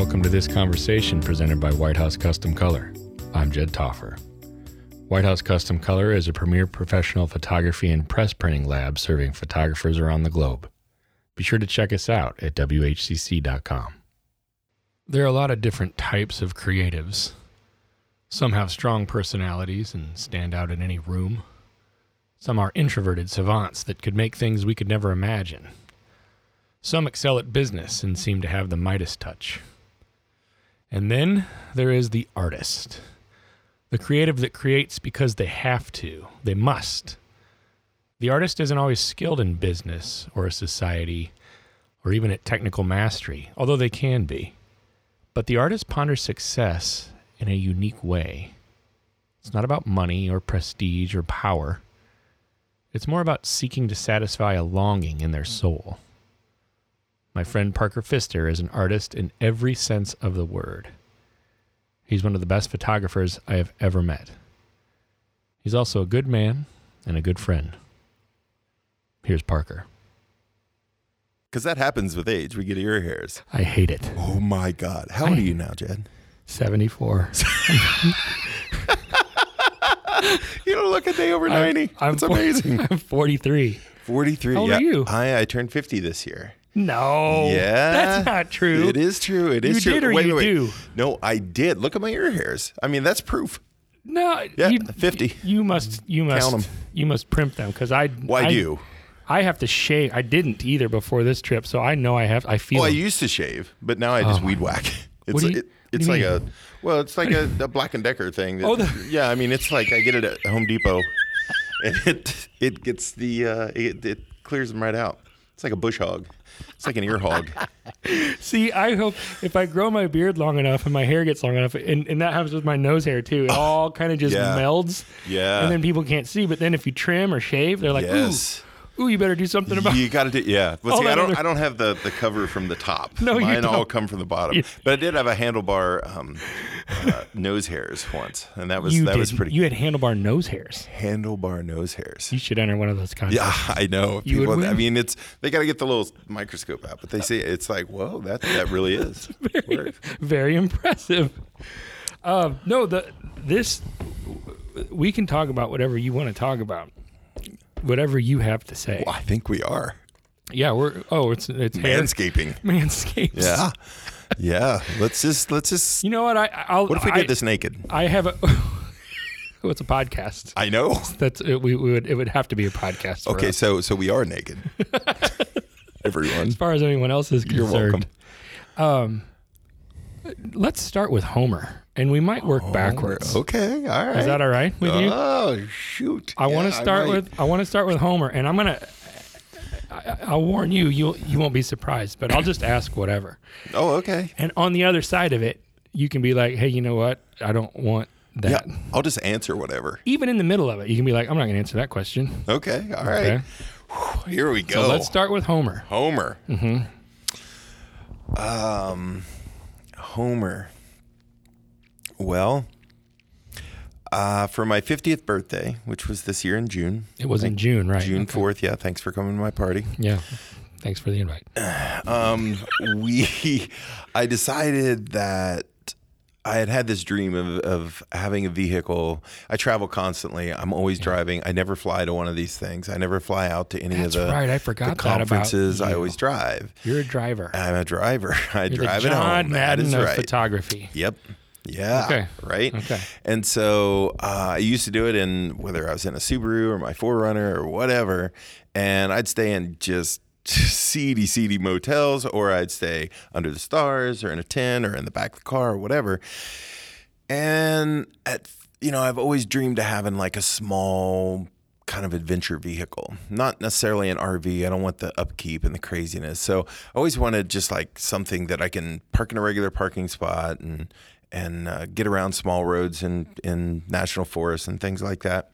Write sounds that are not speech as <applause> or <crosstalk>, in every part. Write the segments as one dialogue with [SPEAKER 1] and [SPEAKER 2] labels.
[SPEAKER 1] welcome to this conversation presented by White House Custom Color. I'm Jed Toffer. White House Custom Color is a premier professional photography and press printing lab serving photographers around the globe. Be sure to check us out at WHCC.com. There are a lot of different types of creatives. Some have strong personalities and stand out in any room. Some are introverted savants that could make things we could never imagine. Some excel at business and seem to have the Midas touch. And then there is the artist, the creative that creates because they have to, they must. The artist isn't always skilled in business or society or even at technical mastery, although they can be. But the artist ponders success in a unique way. It's not about money or prestige or power. It's more about seeking to satisfy a longing in their soul. My friend Parker Pfister is an artist in every sense of the word. He's one of the best photographers I have ever met. He's also a good man and a good friend. Here's Parker.
[SPEAKER 2] Because that happens with age. We get ear hairs.
[SPEAKER 1] I hate it.
[SPEAKER 2] Oh my God. How old are you now, Jed?
[SPEAKER 1] <laughs> 74.
[SPEAKER 2] You don't look a day over 90.
[SPEAKER 1] <laughs> I'm
[SPEAKER 2] That's
[SPEAKER 1] four-
[SPEAKER 2] amazing.
[SPEAKER 1] <laughs> I'm 43.
[SPEAKER 2] 43.
[SPEAKER 1] How old
[SPEAKER 2] yeah.
[SPEAKER 1] are you?
[SPEAKER 2] I, I turned 50 this year.
[SPEAKER 1] No.
[SPEAKER 2] yeah.
[SPEAKER 1] That's not true.
[SPEAKER 2] It is true. It is
[SPEAKER 1] You
[SPEAKER 2] true.
[SPEAKER 1] did or
[SPEAKER 2] wait,
[SPEAKER 1] you
[SPEAKER 2] wait, wait.
[SPEAKER 1] do?
[SPEAKER 2] No, I did. Look at my ear hairs. I mean, that's proof.
[SPEAKER 1] No.
[SPEAKER 2] Yeah,
[SPEAKER 1] you,
[SPEAKER 2] 50.
[SPEAKER 1] You must, you must,
[SPEAKER 2] Count 'em.
[SPEAKER 1] you must primp them because I,
[SPEAKER 2] Why
[SPEAKER 1] I,
[SPEAKER 2] do you?
[SPEAKER 1] I have to shave. I didn't either before this trip, so I know I have. I feel.
[SPEAKER 2] Well, I
[SPEAKER 1] it.
[SPEAKER 2] used to shave, but now I just weed whack. <laughs> It's
[SPEAKER 1] do
[SPEAKER 2] like,
[SPEAKER 1] you- Oh what do
[SPEAKER 2] it, it's
[SPEAKER 1] you
[SPEAKER 2] like
[SPEAKER 1] mean?
[SPEAKER 2] a well, it's like a, a Black and Decker thing. that-
[SPEAKER 1] Oh, the-
[SPEAKER 2] <laughs> yeah. I mean, it's like I get it at Home Depot, and it it gets the uh, it, it clears them right out. It's like a bush hog. It's like an
[SPEAKER 1] <laughs>
[SPEAKER 2] ear hog.
[SPEAKER 1] See, I hope if I grow my beard long enough and my hair gets long enough, and, and that happens with my nose hair too, it all kind of just
[SPEAKER 2] Oh, Yeah.
[SPEAKER 1] melds.
[SPEAKER 2] Yeah.
[SPEAKER 1] And then people can't see. But then if you trim or shave, they're like, ooh,
[SPEAKER 2] Yes.
[SPEAKER 1] ooh, you better do something about
[SPEAKER 2] You got to do yeah. But
[SPEAKER 1] All
[SPEAKER 2] see, I
[SPEAKER 1] that
[SPEAKER 2] don't
[SPEAKER 1] other-
[SPEAKER 2] I don't have the, the cover from the top.
[SPEAKER 1] No, you
[SPEAKER 2] Mine all
[SPEAKER 1] don't.
[SPEAKER 2] come from the bottom.
[SPEAKER 1] You-
[SPEAKER 2] But I did have a handlebar um, uh, nose hairs once, and that was
[SPEAKER 1] you.
[SPEAKER 2] that was
[SPEAKER 1] did-
[SPEAKER 2] pretty
[SPEAKER 1] You had handlebar nose hairs.
[SPEAKER 2] handlebar nose hairs.
[SPEAKER 1] You should enter one of those contests.
[SPEAKER 2] Yeah, <laughs> I know.
[SPEAKER 1] You would
[SPEAKER 2] People, I
[SPEAKER 1] win.
[SPEAKER 2] mean, it's they got to get the little microscope out, but they say it's like, whoa, that that
[SPEAKER 1] <laughs>
[SPEAKER 2] really is.
[SPEAKER 1] very, very impressive. Uh, no, the this we can talk about whatever you want to talk about, whatever you have to say.
[SPEAKER 2] Well, I think we are
[SPEAKER 1] Yeah, we're oh, it's it's hair-
[SPEAKER 2] landscaping.
[SPEAKER 1] <laughs> manscapes.
[SPEAKER 2] Yeah, yeah. Let's just let's just.
[SPEAKER 1] You know what? I I'll,
[SPEAKER 2] What if we
[SPEAKER 1] I,
[SPEAKER 2] did this naked?
[SPEAKER 1] I have a. <laughs> oh, it's a podcast.
[SPEAKER 2] I know.
[SPEAKER 1] That's it, we, we would it would have to be a podcast. For
[SPEAKER 2] Okay,
[SPEAKER 1] us,
[SPEAKER 2] so so we are
[SPEAKER 1] <laughs>
[SPEAKER 2] naked. Everyone,
[SPEAKER 1] as far as anyone else is
[SPEAKER 2] you're
[SPEAKER 1] concerned,
[SPEAKER 2] welcome.
[SPEAKER 1] let's start with Homer, and we might work backwards.
[SPEAKER 2] Okay, all right.
[SPEAKER 1] Is that all right with you?
[SPEAKER 2] Oh shoot!
[SPEAKER 1] I want
[SPEAKER 2] Yeah,
[SPEAKER 1] to start
[SPEAKER 2] might.
[SPEAKER 1] with I want to start with Homer, and I'm gonna. I, I'll warn you, you you won't be surprised, but I'll just ask whatever.
[SPEAKER 2] Oh, okay.
[SPEAKER 1] And on the other side of it, you can be like, hey, you know what? I don't want
[SPEAKER 2] Yeah,
[SPEAKER 1] that.
[SPEAKER 2] I'll just answer whatever.
[SPEAKER 1] Even in the middle of it, you can be like, I'm not gonna answer that question.
[SPEAKER 2] Okay, all right. Oh.
[SPEAKER 1] Okay.
[SPEAKER 2] Whew, here we go.
[SPEAKER 1] So let's start with Homer.
[SPEAKER 2] Homer. Mm-hmm. Um, Homer. Well, uh, for my 50th birthday, which was this year in June,
[SPEAKER 1] It was in June, right?
[SPEAKER 2] June 4th. Yeah, thanks for coming to my party. <laughs>
[SPEAKER 1] Yeah. Thanks for the invite.
[SPEAKER 2] Um, we, I decided that I had had this dream of, of having a vehicle. I travel constantly. I'm always driving. I never fly to one of these things. I never fly out to any
[SPEAKER 1] That's
[SPEAKER 2] of the,
[SPEAKER 1] right, I
[SPEAKER 2] the
[SPEAKER 1] forgot that about
[SPEAKER 2] conferences. I
[SPEAKER 1] you.
[SPEAKER 2] always drive.
[SPEAKER 1] You're a driver.
[SPEAKER 2] I'm a driver. <laughs> I
[SPEAKER 1] You're
[SPEAKER 2] drive
[SPEAKER 1] the
[SPEAKER 2] it
[SPEAKER 1] John
[SPEAKER 2] home. that
[SPEAKER 1] Madden
[SPEAKER 2] is
[SPEAKER 1] of
[SPEAKER 2] right.
[SPEAKER 1] photography.
[SPEAKER 2] Yep. Yeah.
[SPEAKER 1] Okay.
[SPEAKER 2] Right.
[SPEAKER 1] Okay.
[SPEAKER 2] And so uh, I used to do it in whether I was in a Subaru or my Forerunner or whatever, and I'd stay in just <laughs> seedy, seedy motels, or I'd stay under the stars, or in a tent, or in the back of the car, or whatever. And at you know, I've always dreamed of having like a small kind of adventure vehicle, not necessarily an RV. I don't want the upkeep and the craziness. So I always wanted just like something that I can park in a regular parking spot and and uh, get around small roads and in national forests and things like that.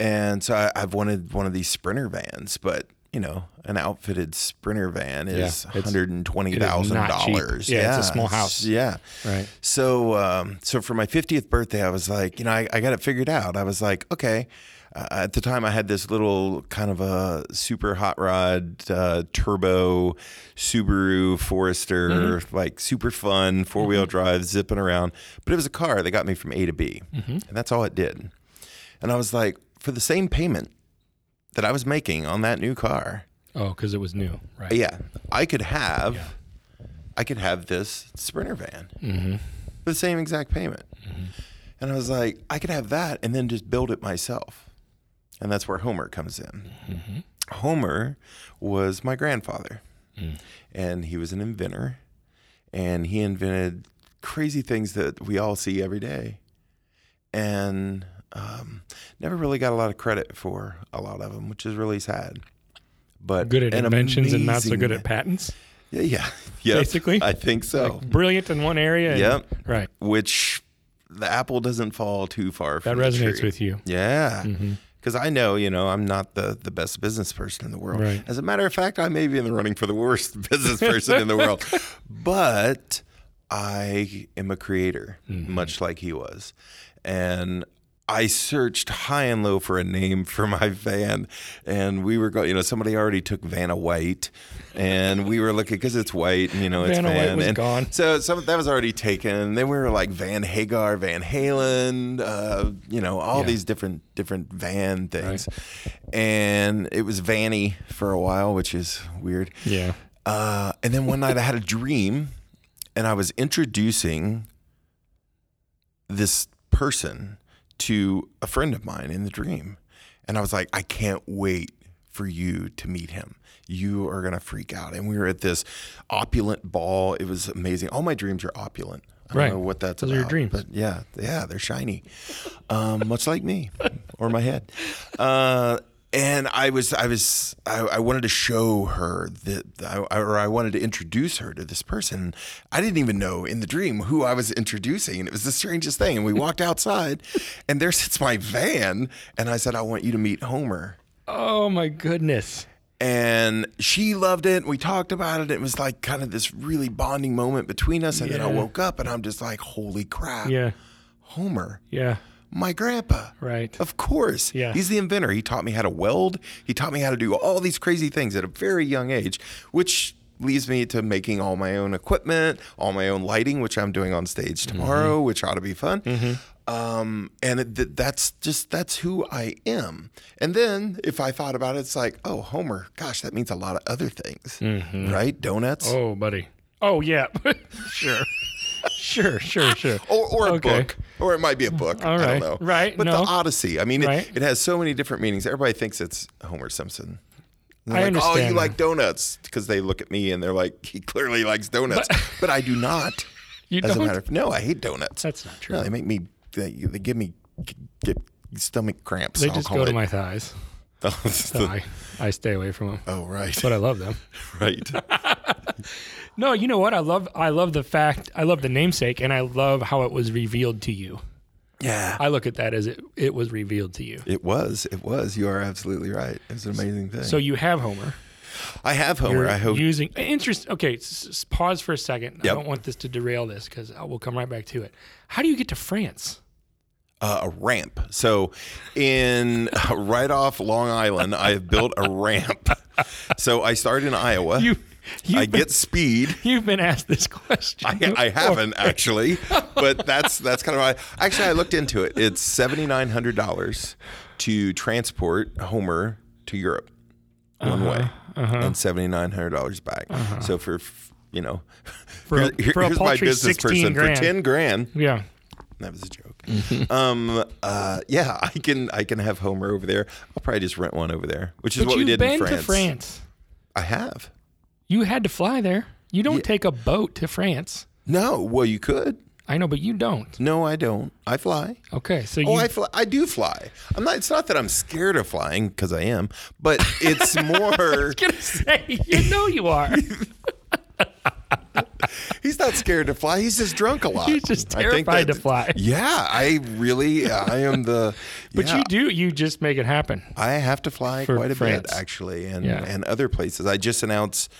[SPEAKER 2] And so I, I've wanted one of these sprinter vans, but you know, an outfitted sprinter van
[SPEAKER 1] Yeah,
[SPEAKER 2] is
[SPEAKER 1] it's-
[SPEAKER 2] hundred and twenty thousand
[SPEAKER 1] cheap.
[SPEAKER 2] dollars.
[SPEAKER 1] Yeah, it's a small house.
[SPEAKER 2] Yeah.
[SPEAKER 1] Right.
[SPEAKER 2] So, um, so for my 50th birthday, I was like, you know, I, I got it figured out. I was like, okay. Uh, at the time, I had this little kind of a super hot rod uh, turbo Subaru Forester, like super fun four wheel drive, zipping around. But it was a car that got me from A to B, and that's all it did. And I was like, for the same payment that I was making on that new car,
[SPEAKER 1] Oh, because it was new. Right.
[SPEAKER 2] yeah, I could have, I could have this Sprinter van,
[SPEAKER 1] Mm-hmm.
[SPEAKER 2] for the same exact payment. And I was like, I could have that, and then just build it myself. And that's where Homer comes in.
[SPEAKER 1] Mm-hmm.
[SPEAKER 2] Homer was my grandfather,
[SPEAKER 1] Mm.
[SPEAKER 2] and he was an inventor, and he invented crazy things that we all see every day, and um, never really got a lot of credit for a lot of them, which is really sad. But
[SPEAKER 1] Good at
[SPEAKER 2] an
[SPEAKER 1] inventions and not so
[SPEAKER 2] amazing-
[SPEAKER 1] good at patents.
[SPEAKER 2] yeah, yeah, <laughs> Yep.
[SPEAKER 1] Basically?
[SPEAKER 2] I think so.
[SPEAKER 1] Brilliant in one area. and-
[SPEAKER 2] Yep.
[SPEAKER 1] Right.
[SPEAKER 2] Which the apple doesn't fall too far.
[SPEAKER 1] That
[SPEAKER 2] From the
[SPEAKER 1] resonates
[SPEAKER 2] tree.
[SPEAKER 1] with you. Mm-hmm.
[SPEAKER 2] Yeah. Because I know, you know, I'm not the, the best business person in the world.
[SPEAKER 1] Right.
[SPEAKER 2] As a matter of fact, I may be in the running for the worst <laughs> business person in
[SPEAKER 1] <laughs>
[SPEAKER 2] the world. But I am a creator,
[SPEAKER 1] Mm-hmm.
[SPEAKER 2] much like he was. And I searched high and low for a name for my van. And we were going, you know, somebody already took Vanna White. And we were looking, because it's white, and, you know, it's
[SPEAKER 1] Vanna White
[SPEAKER 2] Van.
[SPEAKER 1] was
[SPEAKER 2] and
[SPEAKER 1] gone.
[SPEAKER 2] so some that was already taken. And then we were like Van Hagar, Van Halen, uh, you know, all these different different van things. And it was Vanny for a while, which is weird.
[SPEAKER 1] Yeah.
[SPEAKER 2] Uh, and then one night I had a dream, and I was introducing this person to a friend of mine in the dream, and I was like, I can't wait for you to meet him. You are gonna freak out. And we were at this opulent ball. It was amazing. All my dreams are opulent. I
[SPEAKER 1] Right.
[SPEAKER 2] don't know what that's
[SPEAKER 1] Those are
[SPEAKER 2] about.
[SPEAKER 1] your dreams.
[SPEAKER 2] But yeah, yeah, they're shiny, um, much like me or my head. Uh, and I was, I was, I, I wanted to show her that, I, or I wanted to introduce her to this person. I didn't even know in the dream who I was introducing, and it was the strangest thing. And we walked outside, and there sits my van, and I said, "I want you to meet Homer."
[SPEAKER 1] Oh my goodness.
[SPEAKER 2] and she loved it. We talked about it. It was like kind of this really bonding moment between us. And then I
[SPEAKER 1] Yeah.
[SPEAKER 2] woke up and I'm just like, holy crap,
[SPEAKER 1] Yeah.
[SPEAKER 2] Homer,
[SPEAKER 1] Yeah.
[SPEAKER 2] my grandpa.
[SPEAKER 1] Right.
[SPEAKER 2] Of course.
[SPEAKER 1] Yeah.
[SPEAKER 2] He's the inventor. He taught me how to weld. He taught me how to do all these crazy things at a very young age, which leads me to making all my own equipment, all my own lighting, which I'm doing on stage
[SPEAKER 1] Mm-hmm.
[SPEAKER 2] tomorrow, which ought to be fun. Um, and it, th- that's just, that's who I am. And then if I thought about it, it's like, oh, Homer, gosh, that means a lot of other things, right? Donuts.
[SPEAKER 1] Mm-hmm. Oh, buddy. Oh yeah. <laughs> sure. Sure.
[SPEAKER 2] Ah.
[SPEAKER 1] Sure. Sure.
[SPEAKER 2] or, or a
[SPEAKER 1] Okay. Mm,
[SPEAKER 2] book, or it might be a book.
[SPEAKER 1] All
[SPEAKER 2] I
[SPEAKER 1] right.
[SPEAKER 2] don't know.
[SPEAKER 1] Right,
[SPEAKER 2] But
[SPEAKER 1] no.
[SPEAKER 2] the Odyssey. I mean,
[SPEAKER 1] Right.
[SPEAKER 2] it, it has so many different meanings. Everybody thinks it's Homer Simpson. They're
[SPEAKER 1] I
[SPEAKER 2] like,
[SPEAKER 1] understand.
[SPEAKER 2] Oh, you
[SPEAKER 1] that.
[SPEAKER 2] like donuts because they look at me and they're like, he clearly likes donuts. But, I do not.
[SPEAKER 1] <laughs> You
[SPEAKER 2] As
[SPEAKER 1] don't?
[SPEAKER 2] a matter of no, I hate donuts.
[SPEAKER 1] That's not true.
[SPEAKER 2] no, they make me. They, they give me g- get stomach cramps.
[SPEAKER 1] they
[SPEAKER 2] I'll
[SPEAKER 1] just
[SPEAKER 2] call
[SPEAKER 1] go
[SPEAKER 2] it. <laughs>
[SPEAKER 1] to my thighs. So I, I stay away from them,
[SPEAKER 2] oh right,
[SPEAKER 1] but I love them.
[SPEAKER 2] <laughs>
[SPEAKER 1] <laughs>
[SPEAKER 2] right.
[SPEAKER 1] No, you know what? I love I love the fact I love the namesake, and I love how it was revealed to you.
[SPEAKER 2] Yeah.
[SPEAKER 1] I look at that as it it was revealed to you.
[SPEAKER 2] It was. It was. You are absolutely right. It was an amazing thing.
[SPEAKER 1] So you have Homer.
[SPEAKER 2] I have Homer. I hope.
[SPEAKER 1] using interest. Okay, s- s- pause for a second. I
[SPEAKER 2] Yep.
[SPEAKER 1] don't want this to derail this because we'll come right back to it. How do you get to France?
[SPEAKER 2] uh, a ramp. So, in <laughs> right off Long Island, I have built a ramp. So I started in Iowa.
[SPEAKER 1] <laughs> You, you
[SPEAKER 2] I
[SPEAKER 1] <laughs>
[SPEAKER 2] get speed.
[SPEAKER 1] You've been asked this question.
[SPEAKER 2] I, I haven't actually, but that's that's kind of why. Actually, I looked into it. It's seventy nine hundred dollars to transport Homer to Europe one
[SPEAKER 1] Uh-huh.
[SPEAKER 2] way, and seventy nine hundred dollars back. So for f- you know,
[SPEAKER 1] For a-
[SPEAKER 2] <laughs>
[SPEAKER 1] for a
[SPEAKER 2] here's my
[SPEAKER 1] paltry
[SPEAKER 2] business
[SPEAKER 1] 16
[SPEAKER 2] person
[SPEAKER 1] grand.
[SPEAKER 2] for ten grand.
[SPEAKER 1] Yeah.
[SPEAKER 2] That was a joke. <laughs> um, uh, yeah, I can I can have Homer over there. I'll probably just rent one over there, which is
[SPEAKER 1] But
[SPEAKER 2] what we
[SPEAKER 1] you've
[SPEAKER 2] did
[SPEAKER 1] been
[SPEAKER 2] in France.
[SPEAKER 1] to France.
[SPEAKER 2] I have.
[SPEAKER 1] You had to fly there. You don't take a boat to France.
[SPEAKER 2] No, well, you could.
[SPEAKER 1] I know, but you don't.
[SPEAKER 2] No, I don't. I fly.
[SPEAKER 1] Okay, so you
[SPEAKER 2] Oh,
[SPEAKER 1] <laughs>
[SPEAKER 2] I fly. I do fly. I'm not. It's not that I'm scared of flying because I am, but
[SPEAKER 1] <laughs>
[SPEAKER 2] it's more.
[SPEAKER 1] gonna say you know you are.
[SPEAKER 2] <laughs> he's not scared to fly. He's just drunk a
[SPEAKER 1] <laughs>
[SPEAKER 2] lot.
[SPEAKER 1] He's just
[SPEAKER 2] I think
[SPEAKER 1] terrified to
[SPEAKER 2] that-
[SPEAKER 1] fly.
[SPEAKER 2] Yeah, I really, I am the.
[SPEAKER 1] <laughs> But
[SPEAKER 2] yeah,
[SPEAKER 1] you do, you just make it happen.
[SPEAKER 2] I have to fly
[SPEAKER 1] For
[SPEAKER 2] quite a
[SPEAKER 1] France.
[SPEAKER 2] bit actually, and
[SPEAKER 1] Yeah.
[SPEAKER 2] and other places. I just announced.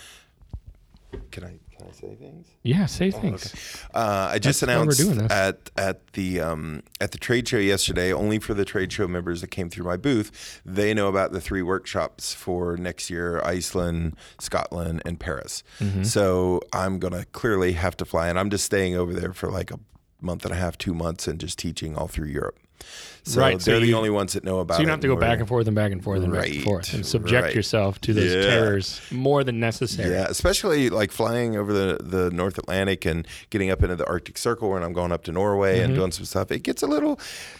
[SPEAKER 2] Can I can I say things?
[SPEAKER 1] Yeah, say
[SPEAKER 2] Oh,
[SPEAKER 1] things.
[SPEAKER 2] Uh, I just
[SPEAKER 1] why we're
[SPEAKER 2] announced
[SPEAKER 1] doing this.
[SPEAKER 2] at at the um, at the trade show yesterday. Only for the trade show members that came through my booth, they know about the three workshops for next year: Iceland, Scotland, and Paris.
[SPEAKER 1] Mm-hmm.
[SPEAKER 2] So I'm gonna clearly have to fly, and I'm just staying over there for like a month and a half, two months, and just teaching all through Europe. So
[SPEAKER 1] Right, so
[SPEAKER 2] they're the
[SPEAKER 1] you-
[SPEAKER 2] only ones that know about.
[SPEAKER 1] So you
[SPEAKER 2] it,
[SPEAKER 1] don't have to go
[SPEAKER 2] and we're-
[SPEAKER 1] back and forth and back and forth and back and
[SPEAKER 2] Right,
[SPEAKER 1] forth and subject
[SPEAKER 2] right.
[SPEAKER 1] yourself to those
[SPEAKER 2] Yeah.
[SPEAKER 1] terrors more than necessary.
[SPEAKER 2] Yeah, especially like flying over the, the North Atlantic and getting up into the Arctic Circle when I'm going up to Norway
[SPEAKER 1] Mm-hmm.
[SPEAKER 2] and doing some stuff. It gets a little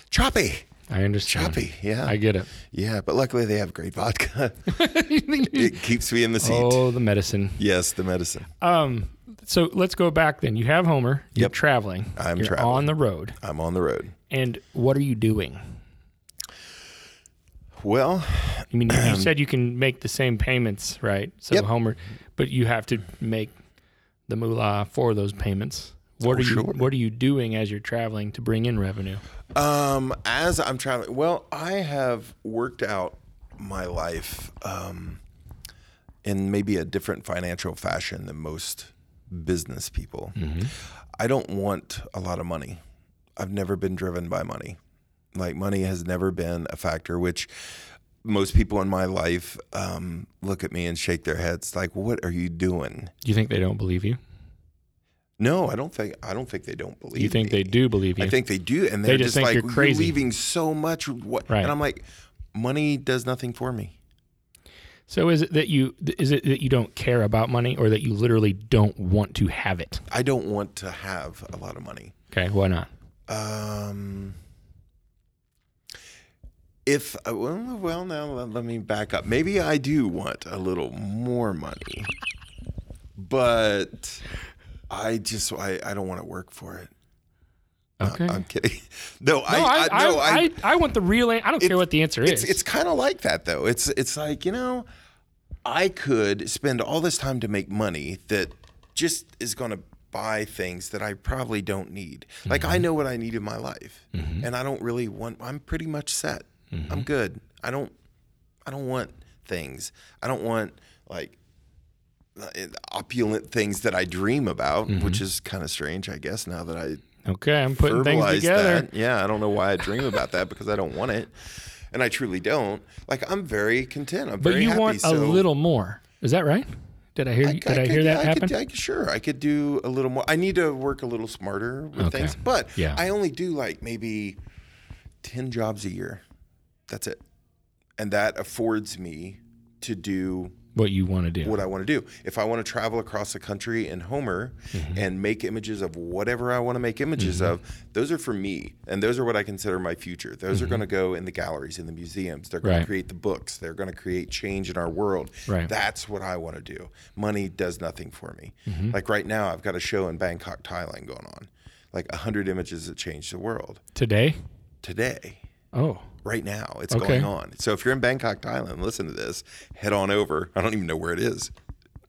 [SPEAKER 2] choppy,
[SPEAKER 1] I understand.
[SPEAKER 2] choppy. Yeah.
[SPEAKER 1] I
[SPEAKER 2] <laughs>
[SPEAKER 1] get it.
[SPEAKER 2] yeah, but luckily they have great
[SPEAKER 1] <laughs>
[SPEAKER 2] vodka. it keeps me in the seat.
[SPEAKER 1] oh, the medicine.
[SPEAKER 2] Yes, the medicine.
[SPEAKER 1] Um, so let's go back then. You have Homer. You're
[SPEAKER 2] Yep.
[SPEAKER 1] traveling.
[SPEAKER 2] I'm
[SPEAKER 1] you're
[SPEAKER 2] traveling.
[SPEAKER 1] on the road.
[SPEAKER 2] I'm on the road.
[SPEAKER 1] And what are you doing?
[SPEAKER 2] Well,
[SPEAKER 1] I mean, you said you can make the same payments, right? So
[SPEAKER 2] Yep.
[SPEAKER 1] Homer, but you have to make the moolah for those payments. What are you
[SPEAKER 2] Oh, sure.
[SPEAKER 1] What are you doing as you're traveling to bring in revenue?
[SPEAKER 2] Um, as I'm traveling, well, I have worked out my life um, in maybe a different financial fashion than most business people.
[SPEAKER 1] Mm-hmm.
[SPEAKER 2] I don't want a lot of money. I've never been driven by money. Like money has never been a factor, which most people in my life um, look at me and shake their heads like, "What are you doing?"
[SPEAKER 1] Do you think they don't believe you?
[SPEAKER 2] No, I don't think. I don't think they don't believe.
[SPEAKER 1] you think
[SPEAKER 2] me.
[SPEAKER 1] they do believe you?
[SPEAKER 2] I think they do, and they're
[SPEAKER 1] just
[SPEAKER 2] just,
[SPEAKER 1] think
[SPEAKER 2] like
[SPEAKER 1] you're crazy."
[SPEAKER 2] leaving so much. What?
[SPEAKER 1] Right.
[SPEAKER 2] And I'm like, money does nothing for me.
[SPEAKER 1] so is it that you is it that you don't care about money, or that you literally don't want to have it?
[SPEAKER 2] I don't want to have a lot of money.
[SPEAKER 1] Okay, why not?
[SPEAKER 2] Um, if uh, well, well, now let, let me back up. Maybe I do want a little more money, but I just I, I don't want to work for it.
[SPEAKER 1] Okay.
[SPEAKER 2] I'm kidding. <laughs> No, Uh, I,
[SPEAKER 1] Mm. no, I,
[SPEAKER 2] I, no,
[SPEAKER 1] I, I, I want the real. an- I don't care what the answer
[SPEAKER 2] it's
[SPEAKER 1] is.
[SPEAKER 2] it's kind of like that though. It's it's like you know, I could spend all this time to make money that just is going to buy things that I probably don't need. Like I know what I need in my life, and I don't really want. I'm pretty much set. I'm good. I don't I don't want things. I don't want like uh, opulent things that I dream about, which is kind of strange, I guess. Now that I
[SPEAKER 1] okay, I'm putting things
[SPEAKER 2] verbalize
[SPEAKER 1] together.
[SPEAKER 2] That. Yeah, I don't know why I dream about that because I don't want it, and I truly don't. Like I'm very content. I'm
[SPEAKER 1] But
[SPEAKER 2] very
[SPEAKER 1] you
[SPEAKER 2] happy.
[SPEAKER 1] want
[SPEAKER 2] so
[SPEAKER 1] a little more. Is that right? Did I hear?
[SPEAKER 2] I,
[SPEAKER 1] did I,
[SPEAKER 2] could-
[SPEAKER 1] hear that
[SPEAKER 2] I
[SPEAKER 1] happen?
[SPEAKER 2] Could, I could, sure, I could do a little more. I need to work a little smarter with
[SPEAKER 1] Okay.
[SPEAKER 2] things, but
[SPEAKER 1] Yeah.
[SPEAKER 2] I only do like maybe ten jobs a year. That's it, and that affords me to do
[SPEAKER 1] what you want to do?
[SPEAKER 2] what I want to do. If I want to travel across the country in Homer
[SPEAKER 1] Mm-hmm.
[SPEAKER 2] and make images of whatever I want to make images of, those are for me. And those are what I consider my future. Those are going to go in the galleries, in the museums. They're going
[SPEAKER 1] Mm-hmm. Right.
[SPEAKER 2] to create the books. They're going to create change in our world.
[SPEAKER 1] Right.
[SPEAKER 2] That's what I want to do. Money does nothing for me.
[SPEAKER 1] Mm-hmm.
[SPEAKER 2] Like right now, I've got a show in Bangkok, Thailand going on. Like 100 images that change the world
[SPEAKER 1] Today?
[SPEAKER 2] today
[SPEAKER 1] Oh,
[SPEAKER 2] right now. It's
[SPEAKER 1] Okay.
[SPEAKER 2] going on. So if you're in Bangkok, Thailand, listen to this. Head on over. I don't even know where it is.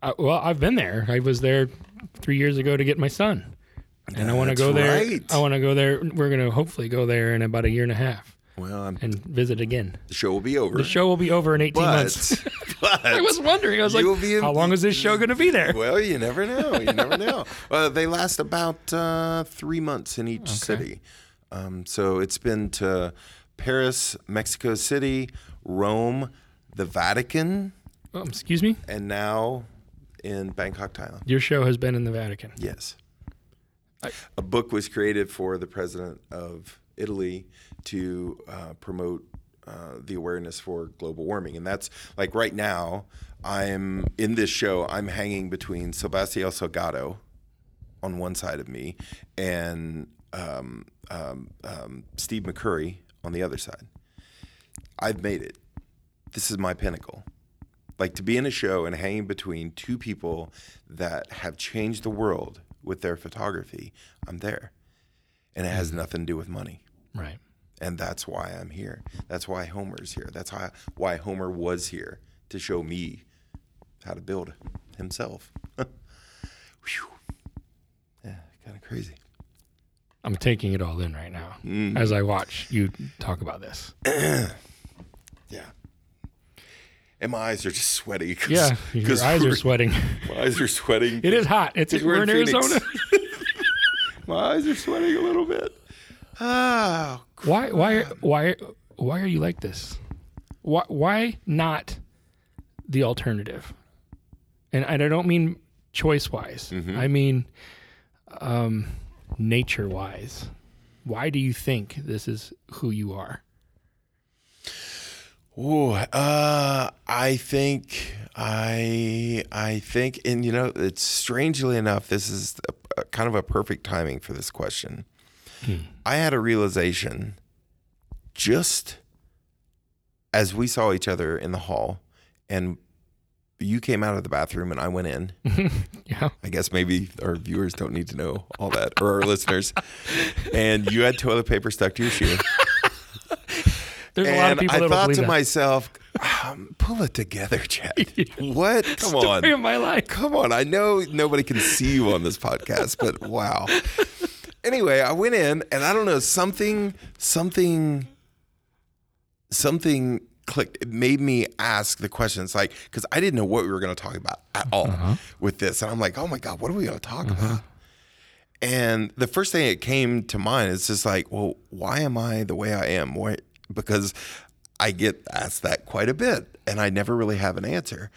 [SPEAKER 1] I, well, I've been there. I was there three years ago to get my son, and I want to
[SPEAKER 2] That's
[SPEAKER 1] go there.
[SPEAKER 2] right.
[SPEAKER 1] I want to go there. We're going to hopefully go there in about a year and a half
[SPEAKER 2] Well, I'm
[SPEAKER 1] and visit again.
[SPEAKER 2] The show will be over.
[SPEAKER 1] The show will be over in eighteen <laughs> months.
[SPEAKER 2] <laughs> but,
[SPEAKER 1] <laughs> I was wondering. I was like,
[SPEAKER 2] You'll be in-
[SPEAKER 1] how long is this show going to be there?
[SPEAKER 2] well, you never know. You never know. Uh, they last about uh, three months in each city. Um, so it's been to Paris, Mexico City, Rome, the Vatican,
[SPEAKER 1] Um, excuse me.
[SPEAKER 2] and now in Bangkok, Thailand.
[SPEAKER 1] Your show has been in the Vatican.
[SPEAKER 2] Yes. a book was created for the president of Italy to uh, promote uh, the awareness for global warming. And that's like right now, I'm in this show, I'm hanging between Sebastião Salgado on one side of me and um, um, um, Steve McCurry on the other side. I've made it. This is my pinnacle like to be in a show and hanging between two people that have changed the world with their photography i'm there and it has
[SPEAKER 1] Mm-hmm.
[SPEAKER 2] nothing to do with money
[SPEAKER 1] Right.
[SPEAKER 2] and that's why i'm here that's why homer's here that's why, why homer was here to show me how to build himself <laughs> Whew. kind of crazy.
[SPEAKER 1] I'm taking it all in right now
[SPEAKER 2] Mm.
[SPEAKER 1] as I watch you talk about this.
[SPEAKER 2] Yeah. And my eyes are just sweaty. Cause,
[SPEAKER 1] Yeah, your
[SPEAKER 2] 'cause
[SPEAKER 1] eyes are
[SPEAKER 2] we're-
[SPEAKER 1] sweating.
[SPEAKER 2] <laughs>
[SPEAKER 1] <laughs>
[SPEAKER 2] My eyes are sweating.
[SPEAKER 1] It is hot.
[SPEAKER 2] <laughs>
[SPEAKER 1] It's
[SPEAKER 2] Dude,
[SPEAKER 1] we're, in,
[SPEAKER 2] Phoenix.
[SPEAKER 1] Arizona.
[SPEAKER 2] my eyes are sweating a little bit. Ah,
[SPEAKER 1] Why? Why? Why? Why are you like this? Why? Why not the alternative? And I don't mean choice wise.
[SPEAKER 2] Mm-hmm.
[SPEAKER 1] I mean um, nature wise. Why do you think this is who you are?
[SPEAKER 2] Ooh, uh, I think I I think, and you know, it's strangely enough, this is a, a kind of a perfect timing for this question. I had a realization just as we saw each other in the hall, and you came out of the bathroom, and I went in.
[SPEAKER 1] Yeah.
[SPEAKER 2] I guess maybe our viewers don't need to know all that, or our listeners. And you had toilet paper stuck to your shoe
[SPEAKER 1] There's a lot of
[SPEAKER 2] and
[SPEAKER 1] people that
[SPEAKER 2] I
[SPEAKER 1] don't
[SPEAKER 2] thought to
[SPEAKER 1] believe that.
[SPEAKER 2] myself, um, pull it
[SPEAKER 1] <laughs>
[SPEAKER 2] together, Chad. What? Come
[SPEAKER 1] Story
[SPEAKER 2] on.
[SPEAKER 1] of my life.
[SPEAKER 2] Come on. I know nobody can see you on this podcast, but
[SPEAKER 1] <laughs>
[SPEAKER 2] wow. Anyway, I went in and I don't know, something, something, something clicked. It made me ask the question. It's like, because I didn't know what we were going to talk about at all
[SPEAKER 1] Uh-huh.
[SPEAKER 2] with this. And I'm like, oh my God, what are we going to talk about? And the first thing that came to mind is just like, well, why am I the way I am? Why? Because I get asked that quite a bit and I never really have an answer.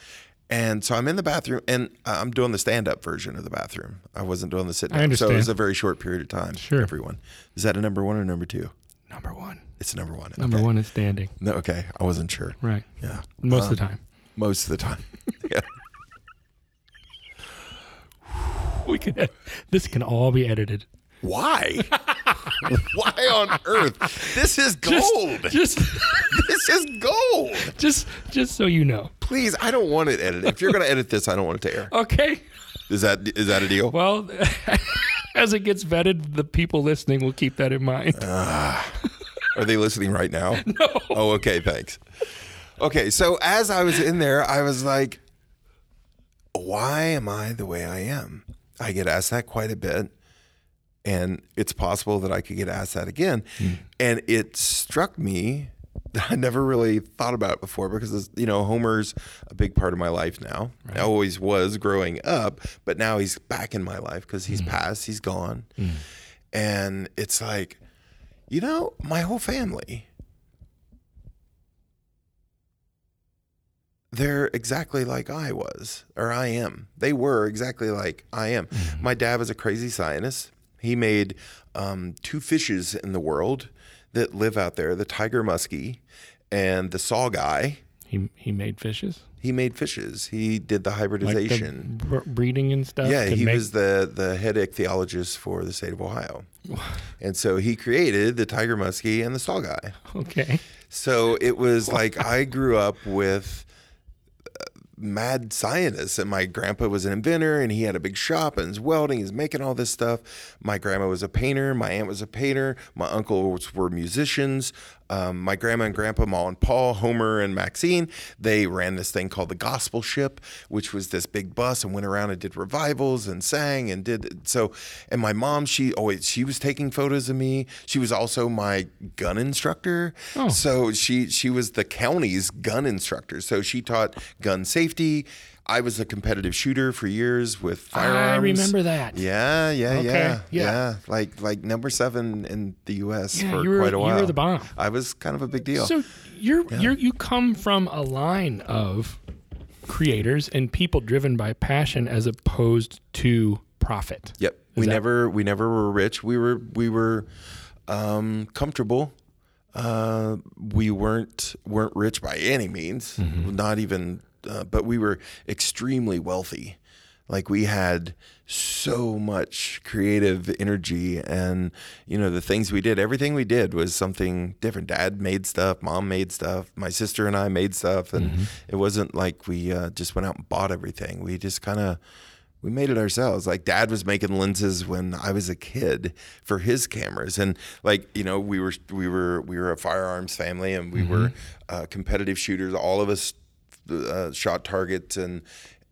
[SPEAKER 2] And so I'm in the bathroom and I'm doing the stand up version of the bathroom. I wasn't doing the sit down. So it
[SPEAKER 1] understand.
[SPEAKER 2] was a very short period of time.
[SPEAKER 1] Sure.
[SPEAKER 2] Everyone. Is that a number one or number two?
[SPEAKER 1] Number one.
[SPEAKER 2] It's number one.
[SPEAKER 1] Number
[SPEAKER 2] okay.
[SPEAKER 1] one is standing.
[SPEAKER 2] No, okay. I wasn't sure.
[SPEAKER 1] Right.
[SPEAKER 2] Yeah.
[SPEAKER 1] Most of the
[SPEAKER 2] Uh.
[SPEAKER 1] time.
[SPEAKER 2] Most of the time. <laughs> yeah.
[SPEAKER 1] We can. This can all be
[SPEAKER 2] <laughs>
[SPEAKER 1] edited.
[SPEAKER 2] Why? Why on earth? This is
[SPEAKER 1] Just-
[SPEAKER 2] gold.
[SPEAKER 1] Just, <laughs>
[SPEAKER 2] this is gold.
[SPEAKER 1] just, just so you know.
[SPEAKER 2] Please, I don't want it edited. If you're going to edit this, I don't want it to air.
[SPEAKER 1] Okay.
[SPEAKER 2] Is that is that a deal?
[SPEAKER 1] Well, <laughs> as it gets vetted, the people listening will keep that in mind.
[SPEAKER 2] Uh, Are they listening right now? No. Oh, okay. Thanks. Okay, so as I was in there, I was like, why am I the way I am? I get asked that quite a bit. And it's possible that I could get asked that again. And it struck me that I never really thought about it before because, it's- you know, Homer's a big part of my life now. I always was growing up, but now he's back in my life because he's passed, he's gone.
[SPEAKER 1] Hmm.
[SPEAKER 2] And it's like, you know, my whole family, they're exactly like I was, or I am. They were exactly like I am. My dad was a crazy scientist. He made um, two fishes in the world that live out there the tiger muskie and the saw guy.
[SPEAKER 1] He he made fishes,
[SPEAKER 2] He made fishes, he did the
[SPEAKER 1] like the
[SPEAKER 2] hybridization.
[SPEAKER 1] br- breeding and stuff.
[SPEAKER 2] Yeah,
[SPEAKER 1] to
[SPEAKER 2] he
[SPEAKER 1] make-
[SPEAKER 2] was the the head ichthyologist for the state
[SPEAKER 1] <sighs>
[SPEAKER 2] of Ohio, and so he created the tiger muskie and the saw guy.
[SPEAKER 1] <laughs> okay.
[SPEAKER 2] So
[SPEAKER 1] <laughs>
[SPEAKER 2] it was like I grew up with uh, mad scientists, and my grandpa was an inventor, and he had a big shop and he's welding, he's making all this stuff. My grandma was a painter, my aunt was a painter, my uncles were musicians. Um, my grandma and grandpa, Ma and Paul, Homer and Maxine, they ran this thing called the Gospel Ship, which was this big bus and went around and did revivals and sang and did so. And my mom, she always she was taking photos of me. She was also my gun instructor.
[SPEAKER 1] Oh.
[SPEAKER 2] So she she was the county's gun instructor. So she taught gun safety. I was a competitive shooter for years with firearms.
[SPEAKER 1] I remember that.
[SPEAKER 2] Yeah, yeah,
[SPEAKER 1] Okay,
[SPEAKER 2] yeah,
[SPEAKER 1] yeah.
[SPEAKER 2] yeah, Like like number seven in the U.S.
[SPEAKER 1] Yeah,
[SPEAKER 2] for
[SPEAKER 1] you were-
[SPEAKER 2] quite a
[SPEAKER 1] you
[SPEAKER 2] while.
[SPEAKER 1] were the bomb.
[SPEAKER 2] I was kind of a big deal.
[SPEAKER 1] So you're you're you come from a line of creators and people driven by passion as opposed to profit.
[SPEAKER 2] Yep. we never we never were rich. We were we were um, comfortable. Uh, we weren't weren't rich by any means. Not even. Uh, but we were extremely wealthy. Like we had so much creative energy, and you know the things we did. Everything we did was something different. Dad made stuff, mom made stuff, my sister and I made stuff, and it wasn't like we uh, just went out and bought everything. We just kind of we made it ourselves. Like dad was making lenses when I was a kid for his cameras, and like you know, we were we were we were a firearms family, and we were uh, competitive shooters. All of us uh, shot targets, and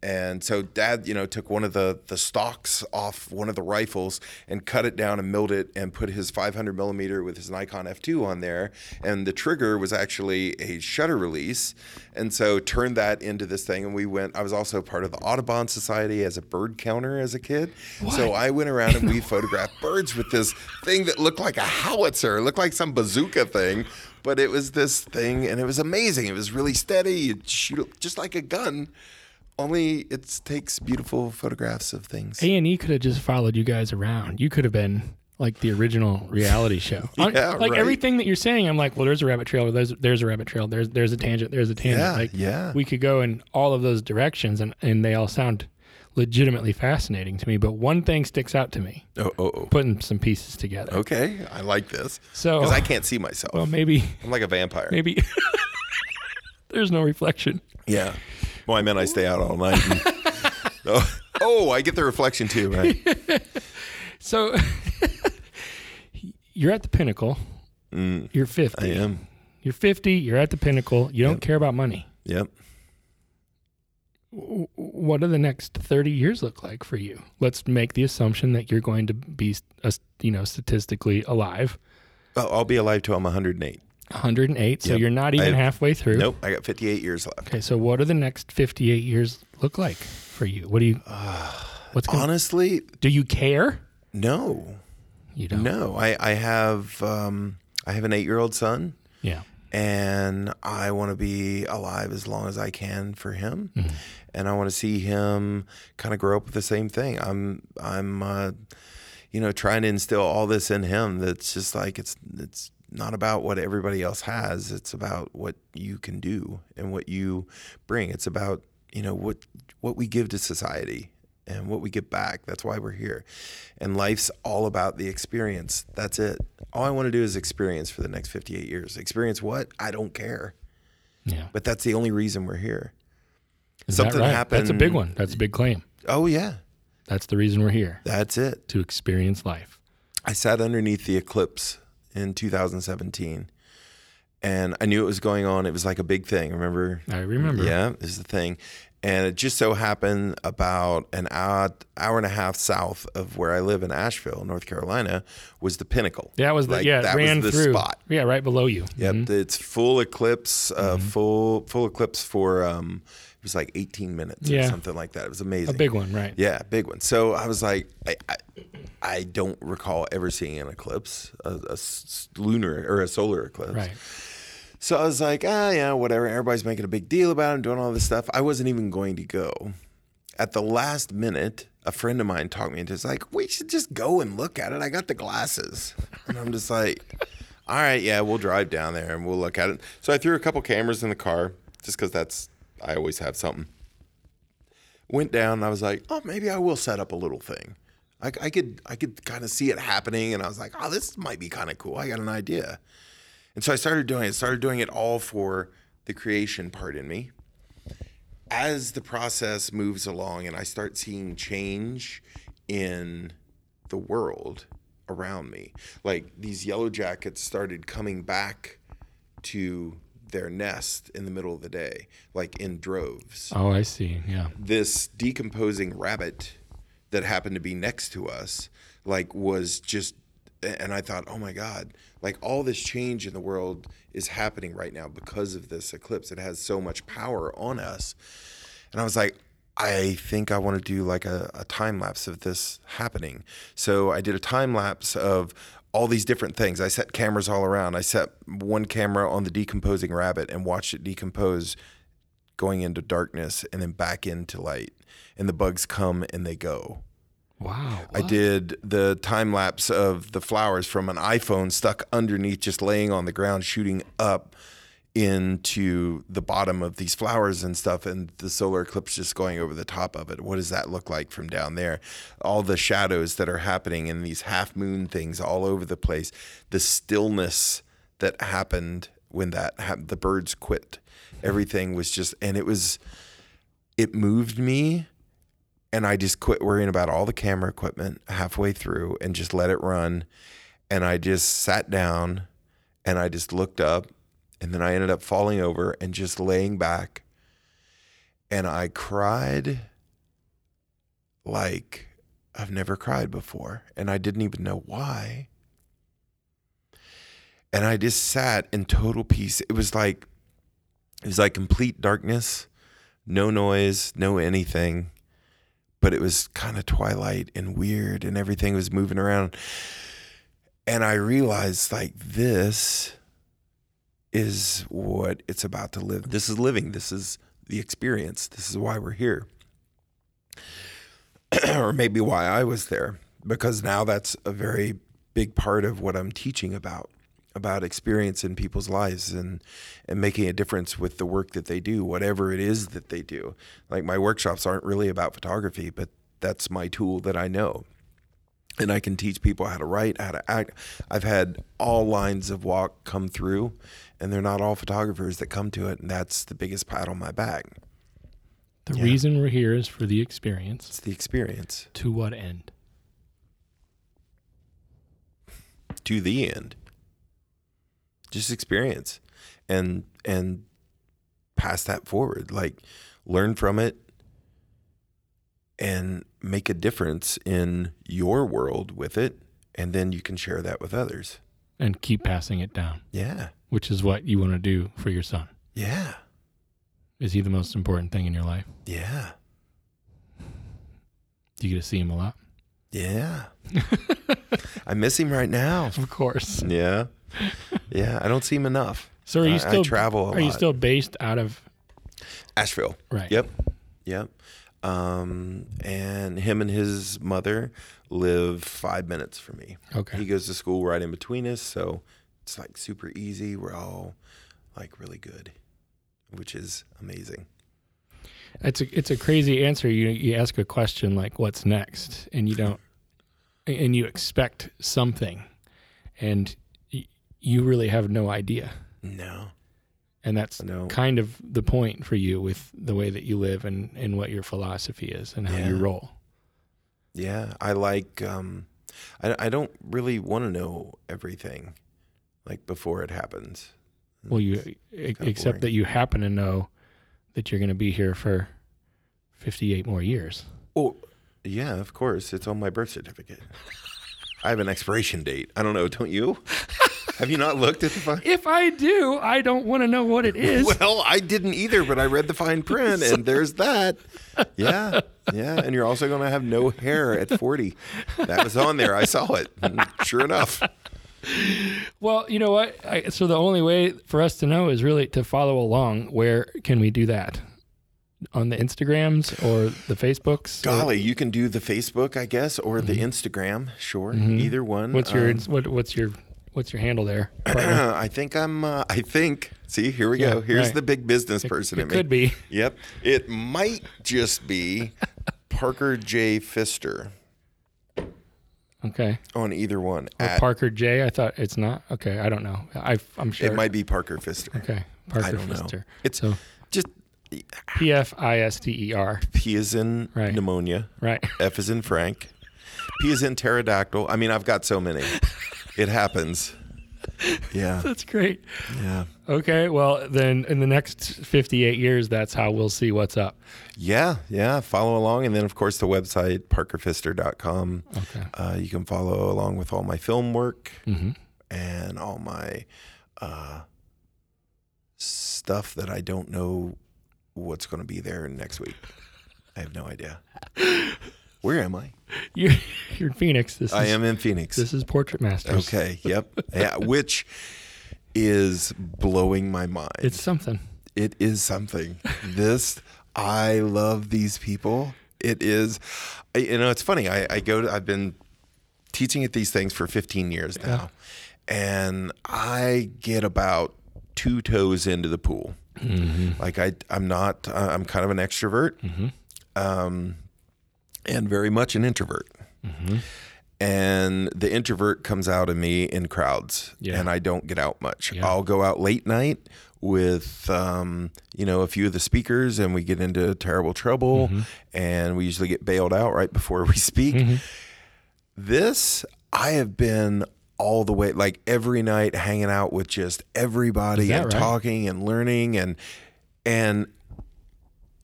[SPEAKER 2] And so dad, you know, took one of the the stocks off one of the rifles and cut it down and milled it and put his 500 millimeter with his Nikon F2 on there. And the trigger was actually a shutter release. And so turned that into this thing. And we went, I was also part of the Audubon Society as a bird counter as a kid. So I went around and we photographed birds with this thing that looked like a howitzer, looked like some bazooka thing. But it was this thing, and it was amazing. It was really steady. You'd shoot it just like a gun, only it takes beautiful photographs of things.
[SPEAKER 1] A and E could have just followed you guys around. You could have been like the original reality show. On-
[SPEAKER 2] <laughs> Yeah,
[SPEAKER 1] like
[SPEAKER 2] right.
[SPEAKER 1] everything that you're saying, I'm like, well, there's a rabbit trail. There's there's a rabbit trail. There's there's a tangent. There's a tangent.
[SPEAKER 2] Yeah,
[SPEAKER 1] like
[SPEAKER 2] yeah.
[SPEAKER 1] we could go in all of those directions, and and they all sound legitimately fascinating to me. But one thing sticks out to me:
[SPEAKER 2] Oh, oh, oh.
[SPEAKER 1] putting some pieces together.
[SPEAKER 2] Okay, I like this.
[SPEAKER 1] So-
[SPEAKER 2] because Oh. I can't see myself,
[SPEAKER 1] Oh. <laughs> Well, maybe
[SPEAKER 2] I'm like a vampire.
[SPEAKER 1] maybe <laughs> there's no reflection.
[SPEAKER 2] Yeah. Well, I meant I stay out all night. <laughs> and- oh, oh, I get the reflection too, right?
[SPEAKER 1] So <laughs> you're at the pinnacle. you're 50.
[SPEAKER 2] Mm, I am.
[SPEAKER 1] You're 50. You're at the pinnacle. You don't care about money.
[SPEAKER 2] Yep.
[SPEAKER 1] W- What do the next 30 years look like for you? Let's make the assumption that you're going to be, uh, you know, statistically alive.
[SPEAKER 2] Well, Oh, I'll be alive till I'm 108.
[SPEAKER 1] 108. So
[SPEAKER 2] Yep.
[SPEAKER 1] you're not even
[SPEAKER 2] I-
[SPEAKER 1] halfway through.
[SPEAKER 2] Nope, I got 58 years left.
[SPEAKER 1] Okay. So what do the next 58 years look like for you? What do you,
[SPEAKER 2] Uh,
[SPEAKER 1] what's going
[SPEAKER 2] Honestly,
[SPEAKER 1] Do you care?
[SPEAKER 2] no,
[SPEAKER 1] You don't.
[SPEAKER 2] no. I I have um I have an eight year old son,
[SPEAKER 1] Yeah.
[SPEAKER 2] and I want to be alive as long as I can for him, and I want to see him kind of grow up with the same thing. I'm I'm. Uh, you know, trying to instill all this in him that's just like it's it's not about what everybody else has. It's about what you can do and what you bring. It's about, you know, what what we give to society and what we give back. That's why we're here. And life's all about the experience. That's it. All I want to do is experience for the next 58 years. Experience what? I don't care.
[SPEAKER 1] Yeah.
[SPEAKER 2] But that's the only reason we're here.
[SPEAKER 1] Is
[SPEAKER 2] something
[SPEAKER 1] That's a big
[SPEAKER 2] happened-
[SPEAKER 1] one. That's a big claim.
[SPEAKER 2] Oh yeah.
[SPEAKER 1] That's the reason we're here
[SPEAKER 2] That's it.
[SPEAKER 1] to experience life.
[SPEAKER 2] I sat underneath the eclipse in 2017 and I knew it was going on. It was like a big thing, remember?
[SPEAKER 1] I remember.
[SPEAKER 2] Yeah, this is the thing. And it just so happened about an hour, hour and a half south of where I live in Asheville, North Carolina, was the pinnacle.
[SPEAKER 1] That was the
[SPEAKER 2] Like,
[SPEAKER 1] yeah. It
[SPEAKER 2] that
[SPEAKER 1] ran
[SPEAKER 2] was the
[SPEAKER 1] through. Mm-hmm.
[SPEAKER 2] spot.
[SPEAKER 1] Yeah, right below you.
[SPEAKER 2] Yep, it's full eclipse, uh,
[SPEAKER 1] Mm-hmm.
[SPEAKER 2] full full eclipse for um, it was like 18 minutes or
[SPEAKER 1] Yeah.
[SPEAKER 2] something like that. It was amazing.
[SPEAKER 1] A big one, right?
[SPEAKER 2] Yeah, big one. So I was like, I, I, I don't recall ever seeing an eclipse, a, a s- lunar or a solar eclipse.
[SPEAKER 1] Right.
[SPEAKER 2] So I was like, ah, yeah, whatever. Everybody's making a big deal about it and doing all this stuff. I wasn't even going to go. At the last minute, a friend of mine talked me into it's like, we should just go and look at it. I got the glasses. And I'm just like, all right, yeah, we'll drive down there and we'll look at it. So I threw a couple cameras in the car just because that's, I always have something went down and I was like, oh, maybe I will set up a little thing. I, I could I could kind of see it happening, and I was like, oh, this might be kind of cool. I got an idea, and so I started doing it. Started doing it all for the creation part in me. As the process moves along, and I start seeing change in the world around me, like these yellow jackets started coming back to their nest in the middle of the day, like in droves
[SPEAKER 1] Oh, I see. Yeah.
[SPEAKER 2] this decomposing rabbit that happened to be next to us like was just and i thought oh my god like all this change in the world is happening right now because of this eclipse it has so much power on us and i was like i think i want to do like a, a time lapse of this happening so i did a time lapse of all these different things i set cameras all around i set one camera on the decomposing rabbit and watched it decompose going into darkness and then back into light and the bugs come and they go
[SPEAKER 1] Wow.
[SPEAKER 2] i did the time lapse of the flowers from an iphone stuck underneath just laying on the ground shooting up into the bottom of these flowers and stuff and the solar eclipse just going over the top of it what does that look like from down there all the shadows that are happening and these half moon things all over the place the stillness that happened when that happened the birds quit everything was just and it was it moved me and I just quit worrying about all the camera equipment halfway through and just let it run and I just sat down and I just looked up and then I ended up falling over and just laying back and I cried like I've never cried before and I didn't even know why. And I just sat in total peace. It was like it was like complete darkness, no noise, no anything. But it was kind of twilight and weird and everything was moving around. And I realized like this is what it's about to live. This is living. This is the experience. This is why we're here. <clears throat> or maybe why I was there, because now that's a very big part of what I'm teaching about about experience in people's lives and and making a difference with the work that they do, whatever it is that they do. Like my workshops aren't really about photography, but that's my tool that I know. And I can teach people how to write, how to act. I've had all lines of walk come through, and they're not all photographers that come to it, and that's the biggest pat on my back.
[SPEAKER 1] The
[SPEAKER 2] Yeah.
[SPEAKER 1] reason we're here is for the experience.
[SPEAKER 2] It's the experience
[SPEAKER 1] To what end?
[SPEAKER 2] to the end. Just experience and and pass that forward. Like learn from it and make a difference in your world with it and then you can share that with others.
[SPEAKER 1] And keep passing it down,
[SPEAKER 2] Yeah.
[SPEAKER 1] which is what you want to do for your son.
[SPEAKER 2] Yeah.
[SPEAKER 1] Is he the most important thing in your life?
[SPEAKER 2] Yeah.
[SPEAKER 1] Do you get to see him a lot? <laughs>
[SPEAKER 2] Yeah. I miss him right now.
[SPEAKER 1] Of course.
[SPEAKER 2] Yeah. Yeah, I don't see him enough.
[SPEAKER 1] So are
[SPEAKER 2] I-
[SPEAKER 1] you
[SPEAKER 2] I
[SPEAKER 1] still
[SPEAKER 2] travel a
[SPEAKER 1] Are you
[SPEAKER 2] lot.
[SPEAKER 1] still based out of
[SPEAKER 2] Asheville.
[SPEAKER 1] right?
[SPEAKER 2] Yep. Yep. Um, and him and his mother live five minutes from me.
[SPEAKER 1] Okay.
[SPEAKER 2] He goes to school right in between us, so it's like super easy. We're all like really good, which is amazing.
[SPEAKER 1] It's a it's a crazy answer. You you ask a question like what's next, and you don't, and you expect something, and y- you really have no idea.
[SPEAKER 2] No,
[SPEAKER 1] And that's
[SPEAKER 2] no,
[SPEAKER 1] kind of the point for you with the way that you live and and what your philosophy is and how you
[SPEAKER 2] Yeah.
[SPEAKER 1] roll.
[SPEAKER 2] yeah. I like. Um, I I don't really want to know everything, like before it happens.
[SPEAKER 1] Well, you e-
[SPEAKER 2] kinda
[SPEAKER 1] except
[SPEAKER 2] boring.
[SPEAKER 1] that you happen to know that you're going to be here for 58 more years.
[SPEAKER 2] Oh, yeah, of course. It's on my birth certificate. <laughs> I have an expiration date. I don't know. Don't you? have you not looked at the fine?
[SPEAKER 1] If I do, I don't want to know what it
[SPEAKER 2] <laughs>
[SPEAKER 1] is.
[SPEAKER 2] Well, I didn't either, but I read the
[SPEAKER 1] <laughs>
[SPEAKER 2] fine print, and there's that. Yeah, yeah. And you're also going to have no hair at 40. That was on there. I saw it. Mm, Sure enough.
[SPEAKER 1] Well, you know what? I, so the only way for us to know is really to follow along. Where can we do that? On the Instagrams or the Facebooks? or-
[SPEAKER 2] Golly, you can do the Facebook, I guess, or the Instagram. Sure, either one.
[SPEAKER 1] Mm-hmm. what's your
[SPEAKER 2] Um, <clears throat>
[SPEAKER 1] what, what's your what's your handle there? partner?
[SPEAKER 2] I think I'm. Uh, I think. See, here we
[SPEAKER 1] Yeah,
[SPEAKER 2] go. Here's
[SPEAKER 1] right.
[SPEAKER 2] the big business person
[SPEAKER 1] it
[SPEAKER 2] in me.
[SPEAKER 1] could be.
[SPEAKER 2] Yep. It might just be Parker J. Fister
[SPEAKER 1] Okay.
[SPEAKER 2] on either one.
[SPEAKER 1] Or
[SPEAKER 2] At-
[SPEAKER 1] Parker J. I thought it's not. Okay, I don't know. I I'm sure.
[SPEAKER 2] It might be Parker Fister.
[SPEAKER 1] okay. Parker
[SPEAKER 2] I don't know.
[SPEAKER 1] Fister.
[SPEAKER 2] It's
[SPEAKER 1] so
[SPEAKER 2] just
[SPEAKER 1] P F I S T E R.
[SPEAKER 2] P is in
[SPEAKER 1] Right.
[SPEAKER 2] pneumonia,
[SPEAKER 1] Right. <laughs>
[SPEAKER 2] F is in Frank, P is in pterodactyl. I mean, I've got so many. It happens. Yeah.
[SPEAKER 1] That's great.
[SPEAKER 2] Yeah.
[SPEAKER 1] Okay. Well, then in the next 58 years, that's how we'll see what's up.
[SPEAKER 2] Yeah. Yeah. Follow along. And then, of course, the website, parkerfister.com.
[SPEAKER 1] Okay.
[SPEAKER 2] Uh, you can follow along with all my film work
[SPEAKER 1] Mm-hmm.
[SPEAKER 2] and all my uh, stuff that I don't know what's going to be there next week. I have no idea. Where am I?
[SPEAKER 1] You're, <laughs> you're in Phoenix. This
[SPEAKER 2] I
[SPEAKER 1] is,
[SPEAKER 2] am in Phoenix.
[SPEAKER 1] This is Portrait Masters.
[SPEAKER 2] Okay. Yep. Yeah. Which is blowing my mind.
[SPEAKER 1] It's something.
[SPEAKER 2] It is something. This I love these people. It is. I- You know, it's funny. I, I go. To, I've been teaching at these things for 15 years now, and I get about two toes into the pool.
[SPEAKER 1] Mm-hmm.
[SPEAKER 2] Like I, I'm not. uh, I'm kind of an extrovert, um, and very much an introvert.
[SPEAKER 1] Mm-hmm.
[SPEAKER 2] And the introvert comes out of me in crowds,
[SPEAKER 1] Yeah.
[SPEAKER 2] and I don't get out much.
[SPEAKER 1] Yeah.
[SPEAKER 2] I'll go out late night with um, you know a few of the speakers, and we get into terrible trouble,
[SPEAKER 1] Mm-hmm.
[SPEAKER 2] and we usually get bailed out right before we <laughs> speak. This I have been all the way like every night hanging out with just everybody
[SPEAKER 1] that
[SPEAKER 2] and
[SPEAKER 1] right?
[SPEAKER 2] talking and learning and and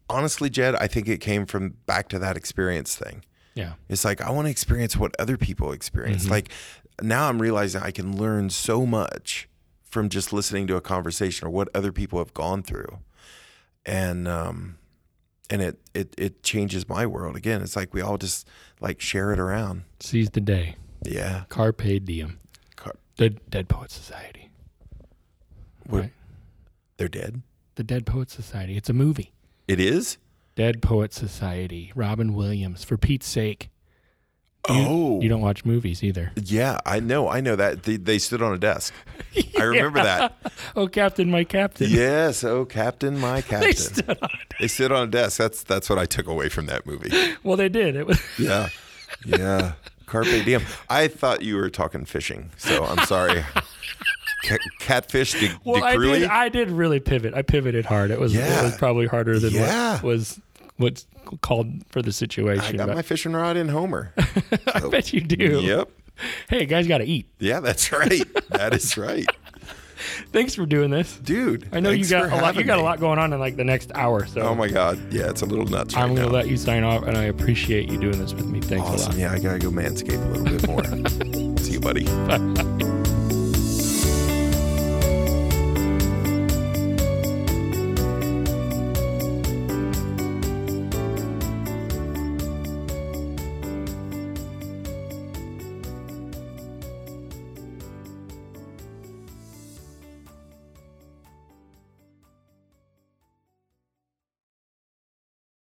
[SPEAKER 2] honestly, Jed, I think it came from back to that experience thing.
[SPEAKER 1] Yeah.
[SPEAKER 2] It's like I want to experience what other people experience.
[SPEAKER 1] Mhm.
[SPEAKER 2] Like now I'm realizing I can learn so much from just listening to a conversation or what other people have gone through. And um and it it it changes my world again. It's like we all just like share it around.
[SPEAKER 1] Seize the day.
[SPEAKER 2] Yeah.
[SPEAKER 1] Carpe diem.
[SPEAKER 2] Car-
[SPEAKER 1] The Dead Poet Society.
[SPEAKER 2] What-
[SPEAKER 1] Right.
[SPEAKER 2] They're dead.
[SPEAKER 1] The Dead Poet Society. It's a movie.
[SPEAKER 2] It is?
[SPEAKER 1] Dead Poet Society. Robin Williams. For Pete's sake.
[SPEAKER 2] oh.
[SPEAKER 1] You don't watch movies either.
[SPEAKER 2] yeah, I know. I know that they, they stood on
[SPEAKER 1] <laughs>
[SPEAKER 2] a desk. I remember that.
[SPEAKER 1] Oh, Captain, my Captain.
[SPEAKER 2] <laughs> Yes, oh captain, my captain.
[SPEAKER 1] They stood on it.
[SPEAKER 2] They sit on a desk. That's that's what I took away from that movie.
[SPEAKER 1] Well, they did. It was.
[SPEAKER 2] Yeah, yeah. Carpe diem. I thought you were talking fishing, so
[SPEAKER 1] <laughs>
[SPEAKER 2] I'm sorry. Ca- catfish, de-
[SPEAKER 1] Well, I
[SPEAKER 2] DeCruy?
[SPEAKER 1] did. I did really pivot. I pivoted hard. It was.
[SPEAKER 2] Yeah.
[SPEAKER 1] It was probably harder than
[SPEAKER 2] Yeah.
[SPEAKER 1] what was what's called for the
[SPEAKER 2] I
[SPEAKER 1] situation.
[SPEAKER 2] got
[SPEAKER 1] but
[SPEAKER 2] my fishing rod in Homer.
[SPEAKER 1] <laughs> I bet you do.
[SPEAKER 2] yep.
[SPEAKER 1] Hey, guys, got to eat.
[SPEAKER 2] Yeah, that's right. That is right,
[SPEAKER 1] Thanks for doing this.
[SPEAKER 2] dude.
[SPEAKER 1] I know
[SPEAKER 2] thanks
[SPEAKER 1] you got
[SPEAKER 2] for
[SPEAKER 1] a lot. You
[SPEAKER 2] having
[SPEAKER 1] got
[SPEAKER 2] me.
[SPEAKER 1] a lot going on in like the next hour. So
[SPEAKER 2] Oh my god. Yeah, it's a little nuts.
[SPEAKER 1] I'm
[SPEAKER 2] right
[SPEAKER 1] gonna
[SPEAKER 2] now.
[SPEAKER 1] let you sign off, and I appreciate you doing this with me. Thanks a lot.
[SPEAKER 2] Awesome. Yeah, I gotta go manscape a little bit more. See you, buddy.